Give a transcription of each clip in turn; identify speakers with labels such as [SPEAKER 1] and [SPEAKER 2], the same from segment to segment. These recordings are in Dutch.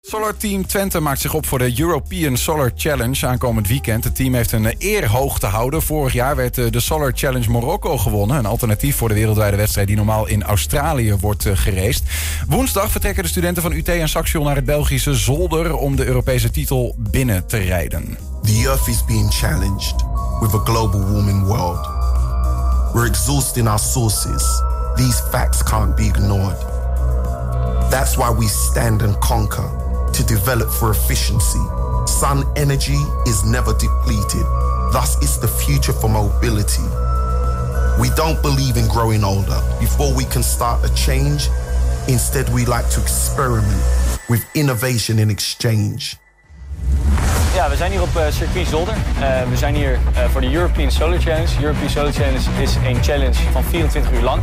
[SPEAKER 1] Solar Team Twente maakt zich op voor de European Solar Challenge aankomend weekend. Het team heeft een eh, eer hoog te houden. Vorig jaar werd eh, de Solar Challenge Marokko gewonnen. Een alternatief voor de wereldwijde wedstrijd die normaal in Australië wordt eh, gereced. Woensdag vertrekken de studenten van UT en Saxion naar het Belgische Zolder... om de Europese titel binnen te rijden.
[SPEAKER 2] The earth is being challenged with a global warming world. We're exhausting our sources. These facts can't be ignored. That's why we stand and conquer to develop for efficiency. Sun energy is never depleted, thus, it's the future for mobility. We don't believe in growing older. Before we can start a change, instead, we like to experiment with innovation in exchange.
[SPEAKER 3] Ja, we zijn hier op eh, circuit Zolder. Eh, we zijn hier eh, voor de European Solar Challenge. European Solar Challenge is een challenge van 24 uur lang.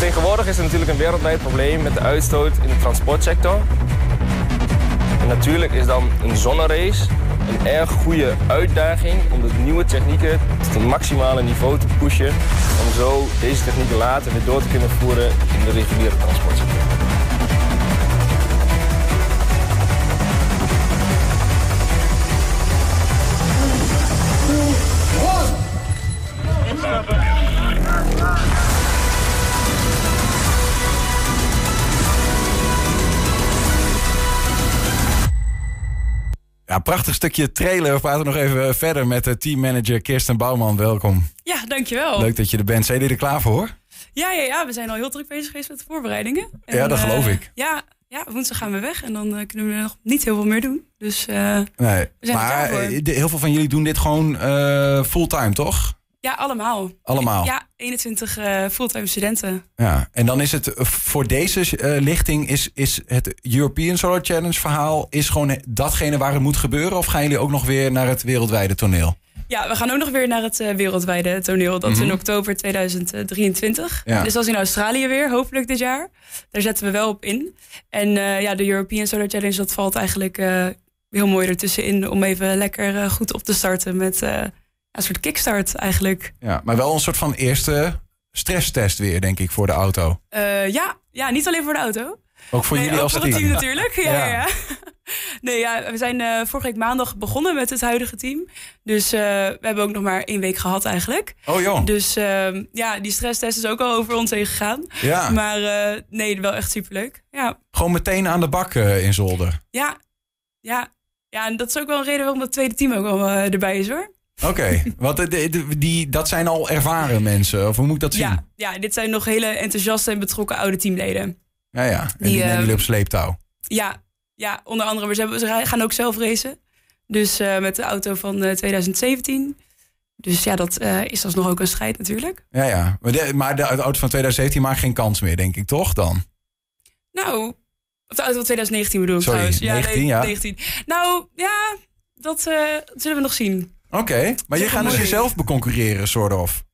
[SPEAKER 4] Tegenwoordig is er natuurlijk een wereldwijd probleem met de uitstoot in de transportsector. En natuurlijk is dan een zonnerace een erg goede uitdaging om de nieuwe technieken tot het maximale niveau te pushen. Om zo deze technieken later weer door te kunnen voeren in de reguliere transportsector.
[SPEAKER 1] Ja, prachtig stukje trailer. We praten nog even verder met eh, teammanager Kirsten Bouwman. Welkom.
[SPEAKER 5] Ja, dankjewel.
[SPEAKER 1] Leuk dat je er bent. Zijn jullie er klaar voor?
[SPEAKER 5] Ja, ja, ja, we zijn al heel druk bezig geweest met de voorbereidingen.
[SPEAKER 1] Ja, dat
[SPEAKER 5] eh,
[SPEAKER 1] geloof ik.
[SPEAKER 5] Ja, ja, woensdag gaan we weg en dan eh, kunnen we nog niet heel veel meer doen. Dus eh,
[SPEAKER 1] Nee.
[SPEAKER 5] zijn er
[SPEAKER 1] Maar
[SPEAKER 5] klaar voor.
[SPEAKER 1] eh, de- heel veel van jullie doen dit gewoon eh, fulltime, toch?
[SPEAKER 5] ja, allemaal.
[SPEAKER 1] Allemaal.
[SPEAKER 5] Ja, 21 eh, fulltime studenten.
[SPEAKER 1] Ja, en dan is het eh, voor deze eh, lichting is, is het European Solar Challenge verhaal is gewoon eh, datgene waar het moet gebeuren? Of gaan jullie ook nog weer naar het wereldwijde toneel?
[SPEAKER 5] Ja, we gaan ook nog weer naar het eh, wereldwijde toneel. Dat is in oktober 2023.
[SPEAKER 1] Mhm. Ja.
[SPEAKER 5] Dus dat is in Australië weer, hopelijk dit jaar. Daar zetten we wel op in. En eh, ja, de European Solar Challenge, dat valt eigenlijk eh, heel mooi ertussenin... om even lekker eh, goed op te starten met eh, een soort kickstart eigenlijk.
[SPEAKER 1] Ja, maar wel een soort van eerste stresstest weer, denk ik, voor de auto.
[SPEAKER 5] Eh, ja, ja, niet alleen voor de auto.
[SPEAKER 1] Ook voor
[SPEAKER 5] nee,
[SPEAKER 1] jullie
[SPEAKER 5] ook
[SPEAKER 1] als
[SPEAKER 5] voor het team
[SPEAKER 1] team.
[SPEAKER 5] natuurlijk. Ja, ja.
[SPEAKER 1] Ja.
[SPEAKER 5] ja. Nee, ja, we zijn eh, vorige week maandag begonnen met het huidige team. Dus eh, we hebben ook nog maar één week gehad eigenlijk.
[SPEAKER 1] Oh joh,
[SPEAKER 5] Dus ehm, ja, die stresstest is ook al over ons heen gegaan.
[SPEAKER 1] ja.
[SPEAKER 5] Maar eh, nee, wel echt superleuk. Ja,
[SPEAKER 1] Gewoon meteen aan de bak eh, in Zolder.
[SPEAKER 5] ja, ja. Ja, en dat is ook wel een reden waarom dat tweede team ook al eh, erbij is hoor.
[SPEAKER 1] Oké, want eh, de- de- die, dat zijn al ervaren mensen. Of hoe moet ik dat zien?
[SPEAKER 5] Ja, ja, dit zijn nog hele enthousiaste en betrokken oude teamleden.
[SPEAKER 1] ja. ja. En die,
[SPEAKER 5] Die,
[SPEAKER 1] nemen
[SPEAKER 5] eh,
[SPEAKER 1] jullie op sleeptouw.
[SPEAKER 5] Ja, ja onder andere. Maar ze, hebben, ze gaan ook zelf racen. Dus eh, met de auto van eh, 2017. Dus ja, dat eh, is alsnog ook een strijd natuurlijk.
[SPEAKER 1] Ja, ja. Maar de, maar de, de auto van 2017 maakt geen kans meer, denk ik, toch dan?
[SPEAKER 5] Nou, of de auto van 2019 bedoel ik
[SPEAKER 1] Sorry,
[SPEAKER 5] trouwens. Ja,
[SPEAKER 1] 19, ja.
[SPEAKER 5] 19. Nou, ja, dat eh, zullen we nog zien.
[SPEAKER 1] Oké, maar je
[SPEAKER 5] Zeg
[SPEAKER 1] gaat dus
[SPEAKER 5] mooi.
[SPEAKER 1] jezelf beconcurreren, soort of.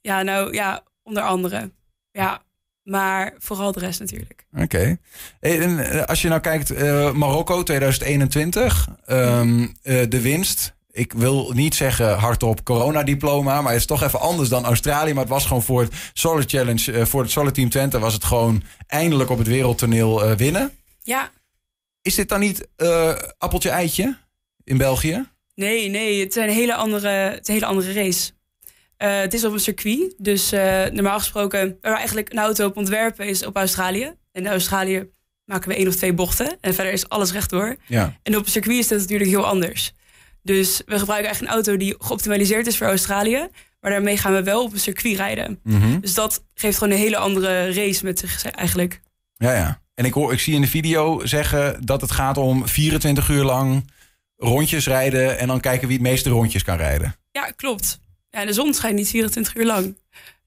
[SPEAKER 5] Ja, nou ja, onder andere. Ja, maar vooral de rest natuurlijk.
[SPEAKER 1] Oké. Hey, en, eh, als je nou kijkt, eh, Marokko 2021, ehm, eh, de winst. Ik wil niet zeggen hardop coronadiploma, maar het is toch even anders dan Australië. Maar het was gewoon voor het Solar Challenge, eh, voor het Solar Team Twente was het gewoon eindelijk op het wereldtoneel eh, winnen.
[SPEAKER 5] Ja,
[SPEAKER 1] Is dit dan niet eh, appeltje-eitje in België?
[SPEAKER 5] Nee, nee, het is een hele andere, het is een hele andere race. Eh, het is op een circuit, dus eh, normaal gesproken, waar we eigenlijk een auto op ontwerpen is op Australië. En in Australië maken we één of twee bochten en verder is alles rechtdoor.
[SPEAKER 1] Ja.
[SPEAKER 5] En op een circuit is dat natuurlijk heel anders. Dus we gebruiken echt een auto die geoptimaliseerd is voor Australië, maar daarmee gaan we wel op een circuit rijden.
[SPEAKER 1] Mhm.
[SPEAKER 5] Dus dat geeft gewoon een hele andere race met zich eigenlijk.
[SPEAKER 1] Ja, ja. En ik, hoor, ik zie in de video zeggen dat het gaat om 24 uur lang rondjes rijden en dan kijken wie het meeste rondjes kan rijden.
[SPEAKER 5] Ja, klopt. Ja, en de zon schijnt niet 24 uur lang.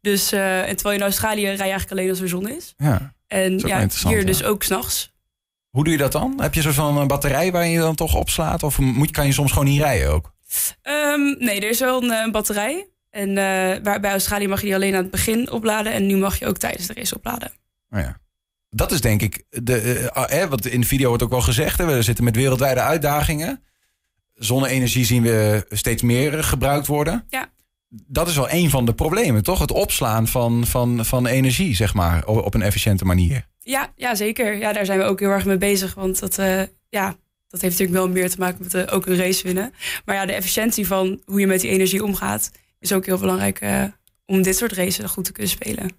[SPEAKER 5] Dus, eh, en terwijl in Australië rij je eigenlijk alleen als er zon is.
[SPEAKER 1] Ja.
[SPEAKER 5] En
[SPEAKER 1] is ook wel
[SPEAKER 5] ja,
[SPEAKER 1] interessant,
[SPEAKER 5] hier
[SPEAKER 1] ja.
[SPEAKER 5] dus ook s'nachts.
[SPEAKER 1] Hoe doe je dat dan? Heb je zo van een batterij waar je dan toch op slaat? Of moet, kan je soms gewoon niet rijden ook?
[SPEAKER 5] Ehm nee, er is wel een, eh, een batterij. En eh, waar, bij Australië mag je die alleen aan het begin opladen. En nu mag je ook tijdens de race opladen.
[SPEAKER 1] Nou ja. Dat is denk ik, de, eh, ah, hè, want in de video wordt ook wel gezegd, hè, we zitten met wereldwijde uitdagingen. Zonne-energie zien we steeds meer eh, gebruikt worden.
[SPEAKER 5] Ja.
[SPEAKER 1] dat is wel een van de problemen, toch? Het opslaan van, van, van energie, zeg maar, o- op een efficiënte manier.
[SPEAKER 5] Ja, ja zeker. Ja, daar zijn we ook heel erg mee bezig. Want dat, eh, ja, dat heeft natuurlijk wel meer te maken met eh, ook een race winnen. Maar ja, de efficiëntie van hoe je met die energie omgaat... is ook heel belangrijk eh, om dit soort races goed te kunnen spelen.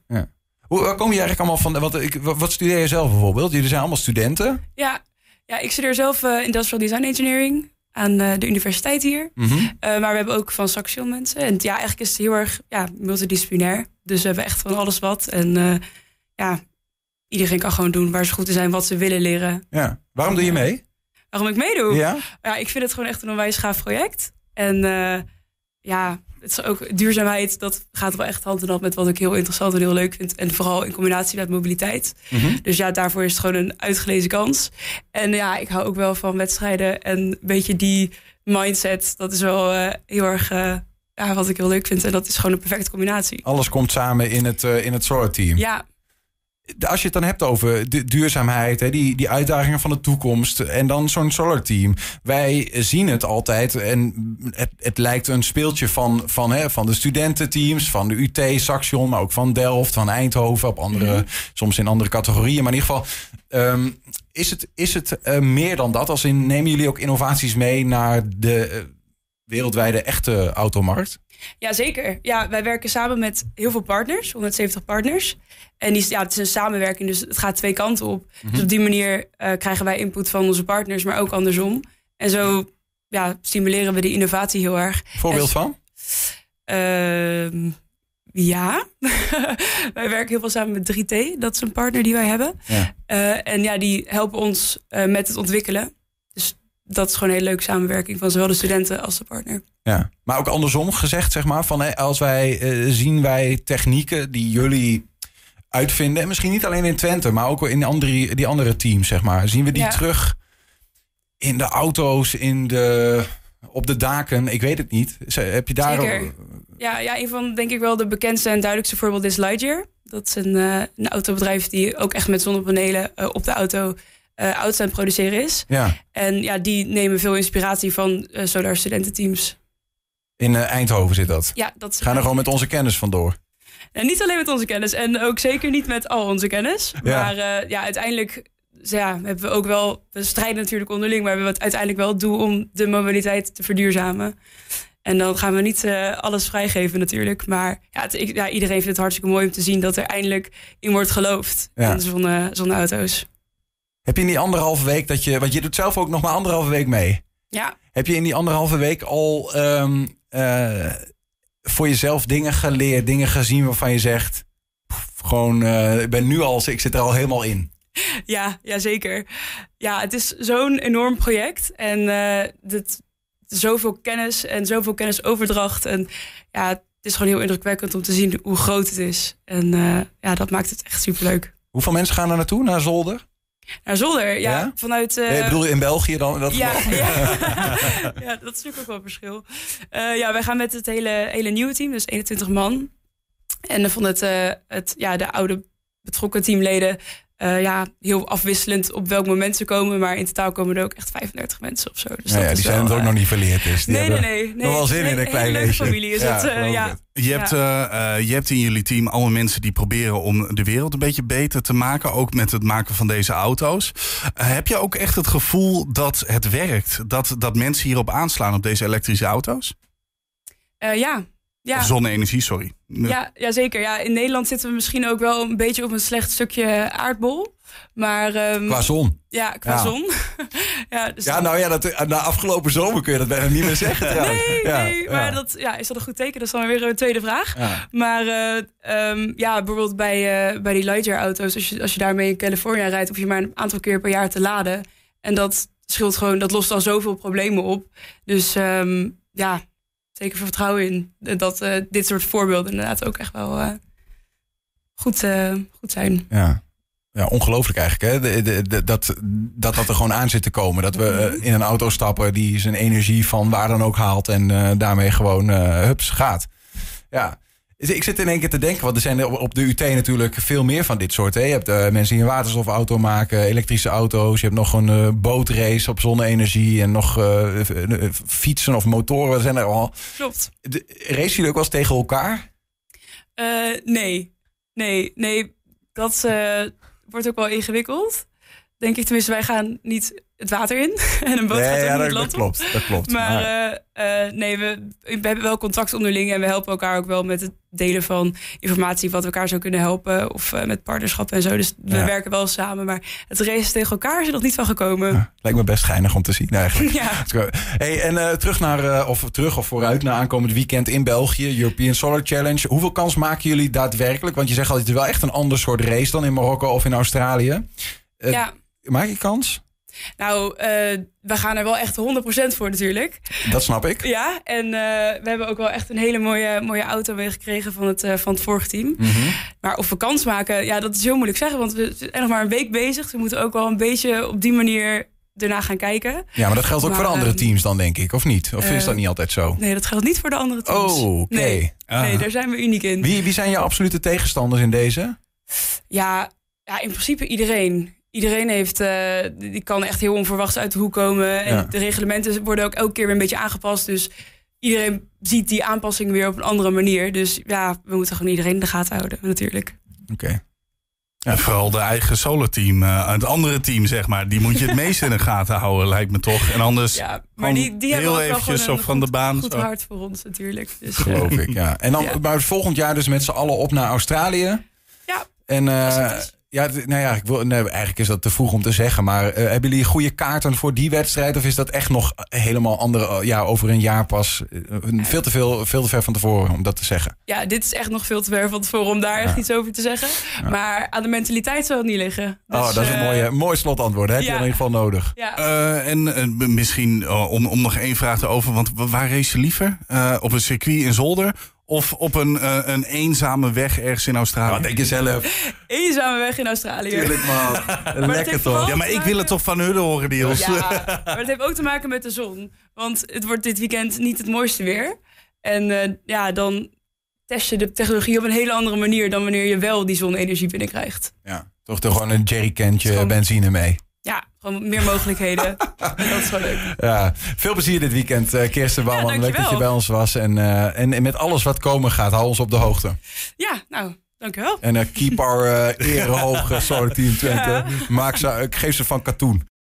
[SPEAKER 1] Hoe waar kom je eigenlijk allemaal van? Want ik, wa- wat studeer je zelf bijvoorbeeld? Jullie zijn allemaal studenten.
[SPEAKER 5] Ja, ja ik studeer zelf eh, Industrial Design Engineering aan eh, de universiteit hier.
[SPEAKER 1] Mhm.
[SPEAKER 5] Eh, maar we hebben ook van Saxiel mensen. En ja, eigenlijk is het heel erg ja, multidisciplinair. Dus we hebben echt van alles wat. En eh, ja, iedereen kan gewoon doen waar ze goed in zijn, wat ze willen leren.
[SPEAKER 1] Ja. Waarom doe je mee?
[SPEAKER 5] Waarom ik meedoe?
[SPEAKER 1] Ja?
[SPEAKER 5] Ja, ik vind het gewoon echt een onwijs gaaf project. En eh, ja, het is ook duurzaamheid, dat gaat wel echt hand in hand met wat ik heel interessant en heel leuk vind. En vooral in combinatie met mobiliteit.
[SPEAKER 1] Mhm.
[SPEAKER 5] Dus ja, daarvoor is het gewoon een uitgelezen kans. En ja, ik hou ook wel van wedstrijden. En een beetje die mindset, dat is wel eh, heel erg eh, ja, wat ik heel leuk vind. En dat is gewoon een perfecte combinatie.
[SPEAKER 1] Alles komt samen in het, eh, in het Solar Team.
[SPEAKER 5] Ja,
[SPEAKER 1] De- Als je het dan hebt over de duurzaamheid, hè, die, die uitdagingen van de toekomst en dan zo'n solar team. Wij zien het altijd en het, het lijkt een speeltje van, van, hè, van de studententeams, van de UT, Saxion, maar ook van Delft, van Eindhoven, op andere, soms in andere categorieën. Maar in ieder geval, ehm, is het, is het eh, meer dan dat? Als in, nemen jullie ook innovaties mee naar de eh, wereldwijde echte automarkt?
[SPEAKER 5] Ja, zeker. Ja, wij werken samen met heel veel partners, 170 partners. En die, ja, het is een samenwerking, dus het gaat twee kanten op. Dus op die manier eh, krijgen wij input van onze partners, maar ook andersom. En zo ja, stimuleren we die innovatie heel erg.
[SPEAKER 1] Voorbeeld van?
[SPEAKER 5] Ehm, ja, wij werken heel veel samen met 3T. Dat is een partner die wij hebben.
[SPEAKER 1] Ja.
[SPEAKER 5] Eh, en ja, die helpen ons eh, met het ontwikkelen. Dus dat is gewoon een hele leuke samenwerking van zowel de studenten als de partner.
[SPEAKER 1] Ja, maar ook andersom gezegd, zeg maar, van hè, als wij eh, zien wij technieken die jullie uitvinden, en misschien niet alleen in Twente, maar ook in andere, die andere teams, zeg maar, zien we die
[SPEAKER 5] Ja.
[SPEAKER 1] terug in de auto's, in de, op de daken, ik weet het niet. Z- Heb je daar
[SPEAKER 5] Zeker. Ja, ja, een van denk ik wel de bekendste en duidelijkste voorbeelden is Lightyear. Dat is een, eh, een autobedrijf die ook echt met zonnepanelen eh, op de auto eh auto's aan het produceren is.
[SPEAKER 1] Ja,
[SPEAKER 5] En ja, die nemen veel inspiratie van eh Solar studententeams.
[SPEAKER 1] in eh, Eindhoven zit dat.
[SPEAKER 5] Ja, dat is
[SPEAKER 1] Gaan er gewoon met onze kennis vandoor.
[SPEAKER 5] En niet alleen met onze kennis en ook zeker niet met al onze kennis. Maar eh, ja, uiteindelijk dus ja, hebben we ook wel, we strijden natuurlijk onderling, maar we hebben het uiteindelijk wel het doel om de mobiliteit te verduurzamen. En dan gaan we niet eh, alles vrijgeven natuurlijk. Maar ja, het- ik, ja, iedereen vindt het hartstikke mooi om te zien dat er eindelijk in wordt geloofd
[SPEAKER 1] Ja.
[SPEAKER 5] in zonne, zonneauto's.
[SPEAKER 1] Heb je in die anderhalve week dat je, want je doet zelf ook nog maar anderhalve week mee.
[SPEAKER 5] Ja,
[SPEAKER 1] Heb je in die anderhalve week al ehm, eh, voor jezelf dingen geleerd, dingen gezien waarvan je zegt. "Pff, Gewoon, eh, ik ben nu al, ik zit er al helemaal in.
[SPEAKER 5] Ja, ja zeker. Ja, het is zo'n enorm project. En eh, dit, zoveel kennis en zoveel kennisoverdracht. En ja, het is gewoon heel indrukwekkend om te zien hoe groot het is. En eh, ja, dat maakt het echt superleuk.
[SPEAKER 1] Hoeveel mensen gaan er naartoe, naar Zolder?
[SPEAKER 5] Nou, Zolder, ja,
[SPEAKER 1] Ja?
[SPEAKER 5] vanuit... eh,
[SPEAKER 1] Nee, ik bedoel, in België dan? in Dat
[SPEAKER 5] ja,
[SPEAKER 1] geval.
[SPEAKER 5] ja. ja, dat is natuurlijk ook wel een verschil. Eh, ja, wij gaan met het hele, hele nieuwe team, dus 21 man. En dan vond het, eh, het ja, de oude betrokken teamleden eh, ja, heel afwisselend op welk moment ze komen. Maar in totaal komen er ook echt 35 mensen of zo. Dus
[SPEAKER 1] Nou ja,
[SPEAKER 5] dat
[SPEAKER 1] die
[SPEAKER 5] is
[SPEAKER 1] zijn
[SPEAKER 5] wel,
[SPEAKER 1] het ook
[SPEAKER 5] eh,
[SPEAKER 1] nog niet verleerd. Dus die
[SPEAKER 5] Nee, nee,
[SPEAKER 1] hebben
[SPEAKER 5] nee. nee.
[SPEAKER 1] nog wel zin
[SPEAKER 5] Nee,
[SPEAKER 1] in een klein
[SPEAKER 5] hele leuke
[SPEAKER 1] lezen.
[SPEAKER 5] familie is
[SPEAKER 1] Ja,
[SPEAKER 5] het. eh,
[SPEAKER 1] geloof
[SPEAKER 5] ja.
[SPEAKER 1] het.
[SPEAKER 6] Je hebt, eh, eh, je hebt in jullie team allemaal mensen die proberen om de wereld een beetje beter te maken. Ook met het maken van deze auto's. Eh, heb je ook echt het gevoel dat het werkt? Dat, dat mensen hierop aanslaan op deze elektrische auto's?
[SPEAKER 5] Eh, ja. Ja.
[SPEAKER 6] Of zonne-energie, sorry.
[SPEAKER 5] Ja, ja, zeker. Ja, in Nederland zitten we misschien ook wel een beetje op een slecht stukje aardbol. Maar ehm,
[SPEAKER 1] Qua zon.
[SPEAKER 5] ja, qua
[SPEAKER 1] Ja.
[SPEAKER 5] zon. ja, dus
[SPEAKER 1] Ja, nou ja, dat, na afgelopen zomer kun je dat bijna niet meer zeggen. trouwens.
[SPEAKER 5] Nee,
[SPEAKER 1] Ja,
[SPEAKER 5] nee,
[SPEAKER 1] ja.
[SPEAKER 5] maar Dat, ja, is dat een goed teken? Dat is dan weer een tweede vraag.
[SPEAKER 1] Ja.
[SPEAKER 5] Maar eh, ehm, ja, bijvoorbeeld bij, eh, bij die Lightyear-auto's, als je, als je daarmee in Californië rijdt, hoef je maar een aantal keer per jaar te laden. En dat scheelt gewoon, dat lost al zoveel problemen op. Dus ehm, ja, zeker veel vertrouwen in dat eh, dit soort voorbeelden inderdaad ook echt wel eh, goed, eh, goed zijn.
[SPEAKER 1] Ja. Ja, ongelooflijk eigenlijk. Hè? De- de- de- dat, dat dat er gewoon aan zit te komen. Dat we
[SPEAKER 5] Mhm.
[SPEAKER 1] eh, in een auto stappen die zijn energie van waar dan ook haalt. En eh, daarmee gewoon eh, hups gaat. Ja. Ik zit in één keer te denken, want er zijn er op- op de UT natuurlijk veel meer van dit soort. Hè? Je hebt eh, mensen die een waterstofauto maken, elektrische auto's. Je hebt nog een eh, bootrace op zonne-energie en nog eh, f- eh, fietsen of motoren. Er zijn er al.
[SPEAKER 5] Klopt.
[SPEAKER 1] De, racen jullie ook wel eens tegen elkaar?
[SPEAKER 5] Eh, nee. Nee, nee. Dat eh, wordt ook wel ingewikkeld. Denk ik tenminste, wij gaan niet het water in. en een boot gaat ook niet het
[SPEAKER 1] dat,
[SPEAKER 5] land op.
[SPEAKER 1] klopt. Dat klopt.
[SPEAKER 5] Maar eh, eh, nee, we, we hebben wel contact onderling en we helpen elkaar ook wel met het delen van informatie wat elkaar zou kunnen helpen. Of eh, met partnerschappen en zo. Dus we
[SPEAKER 1] Ja.
[SPEAKER 5] werken wel samen. Maar het racen tegen elkaar is er nog niet van gekomen.
[SPEAKER 1] Ja, lijkt me best geinig om te zien eigenlijk.
[SPEAKER 5] Ja.
[SPEAKER 1] Hey, en eh, terug, naar, eh, of terug of vooruit naar aankomend weekend in België, European Solar Challenge. Hoeveel kans maken jullie daadwerkelijk? Want je zegt al, het is wel echt een ander soort race dan in Marokko of in Australië. Eh,
[SPEAKER 5] ja,
[SPEAKER 1] Maak je kans?
[SPEAKER 5] nou, eh, we gaan er wel echt 100% voor natuurlijk.
[SPEAKER 1] Dat snap ik.
[SPEAKER 5] Ja, en eh, we hebben ook wel echt een hele mooie, mooie auto meegekregen van het, eh, van het vorige team.
[SPEAKER 1] Hm. Mhm.
[SPEAKER 5] Maar of we kans maken, ja, dat is heel moeilijk zeggen. Want we zijn nog maar een week bezig. Dus we moeten ook wel een beetje op die manier erna gaan kijken.
[SPEAKER 1] Ja, maar dat geldt ook
[SPEAKER 5] Maar,
[SPEAKER 1] voor andere
[SPEAKER 5] ehm,
[SPEAKER 1] teams dan, denk ik, of niet? Of is dat
[SPEAKER 5] eh,
[SPEAKER 1] niet altijd zo?
[SPEAKER 5] Nee, dat geldt niet voor de andere teams.
[SPEAKER 1] Oh, oké.
[SPEAKER 5] nee.
[SPEAKER 6] Ah.
[SPEAKER 5] nee, daar zijn we uniek in.
[SPEAKER 1] Wie, wie zijn je absolute tegenstanders in deze?
[SPEAKER 5] Ja, ja, in principe iedereen. Iedereen heeft, eh, die die kan echt heel onverwachts uit de hoek komen. En
[SPEAKER 1] Ja.
[SPEAKER 5] de reglementen worden ook elke keer weer een beetje aangepast. Dus iedereen ziet die aanpassing weer op een andere manier. Dus ja, we moeten gewoon iedereen in de gaten houden, natuurlijk.
[SPEAKER 1] Oké.
[SPEAKER 6] Ja, vooral de eigen solo-team, eh, het andere team zeg maar, die moet je het meest in de gaten houden, lijkt me toch. En anders
[SPEAKER 5] Ja, maar
[SPEAKER 6] gewoon
[SPEAKER 5] die, die hebben
[SPEAKER 6] heel
[SPEAKER 5] ook wel
[SPEAKER 6] eventjes
[SPEAKER 5] gewoon
[SPEAKER 6] zo
[SPEAKER 5] een
[SPEAKER 6] van
[SPEAKER 5] goed,
[SPEAKER 6] de baan. Oh.
[SPEAKER 5] goed
[SPEAKER 6] zo.
[SPEAKER 5] hart voor ons, natuurlijk. Dus, eh,
[SPEAKER 1] Geloof ik, ja. En dan
[SPEAKER 5] Ja.
[SPEAKER 1] Maar volgend jaar dus met z'n allen op naar Australië.
[SPEAKER 5] Ja,
[SPEAKER 1] En eh,
[SPEAKER 5] als het is.
[SPEAKER 1] ja, d- nou ja, ik wil, nee, eigenlijk is dat te vroeg om te zeggen. Maar eh, hebben jullie goede kaarten voor die wedstrijd? Of is dat echt nog helemaal andere, eh, ja, over een jaar pas? eh, een- veel, te veel, veel te ver van tevoren om dat te zeggen.
[SPEAKER 5] ja, dit is echt nog veel te ver van tevoren om daar echt iets over te zeggen. Maar aan de mentaliteit zal het niet liggen. Dus,
[SPEAKER 1] oh, dat is een
[SPEAKER 5] eh,
[SPEAKER 1] mooie, mooi slotantwoord. hè? Heb je
[SPEAKER 5] ja.
[SPEAKER 1] in ieder geval nodig.
[SPEAKER 5] Ja.
[SPEAKER 6] Eh, en eh, b- misschien eh, om, om nog één vraag te over, want wa- waar race je liever? Eh, op een circuit in Zolder of op een, eh, een eenzame weg ergens in Australië?
[SPEAKER 1] denk je zelf?
[SPEAKER 5] Eenzame weg in Australië.
[SPEAKER 1] man. Lekker
[SPEAKER 5] heeft vooral-
[SPEAKER 1] toch?
[SPEAKER 6] ja, maar ik wil het toch van hun horen, Niels.
[SPEAKER 5] Ja, maar het heeft ook te maken met de zon. Want het wordt dit weekend niet het mooiste weer. En eh, ja, dan test je de technologie op een hele andere manier dan wanneer je wel die zonne-energie binnenkrijgt.
[SPEAKER 1] Ja, toch toch gewoon een jerrycantje
[SPEAKER 5] Gewoon-
[SPEAKER 1] benzine mee.
[SPEAKER 5] Ja, gewoon meer mogelijkheden. en dat is wel leuk.
[SPEAKER 1] Ja, veel plezier dit weekend, eh, Kirsten Bouwman. Leuk dat
[SPEAKER 5] dankjewel.
[SPEAKER 1] je bij ons was. En, eh, en, en met alles wat komen gaat, hou ons op de hoogte.
[SPEAKER 5] Ja, nou, dankjewel.
[SPEAKER 1] En eh, keep our eh ere hoog, eh, Solar Team Twente. Maak ze, eh, geef ze van katoen.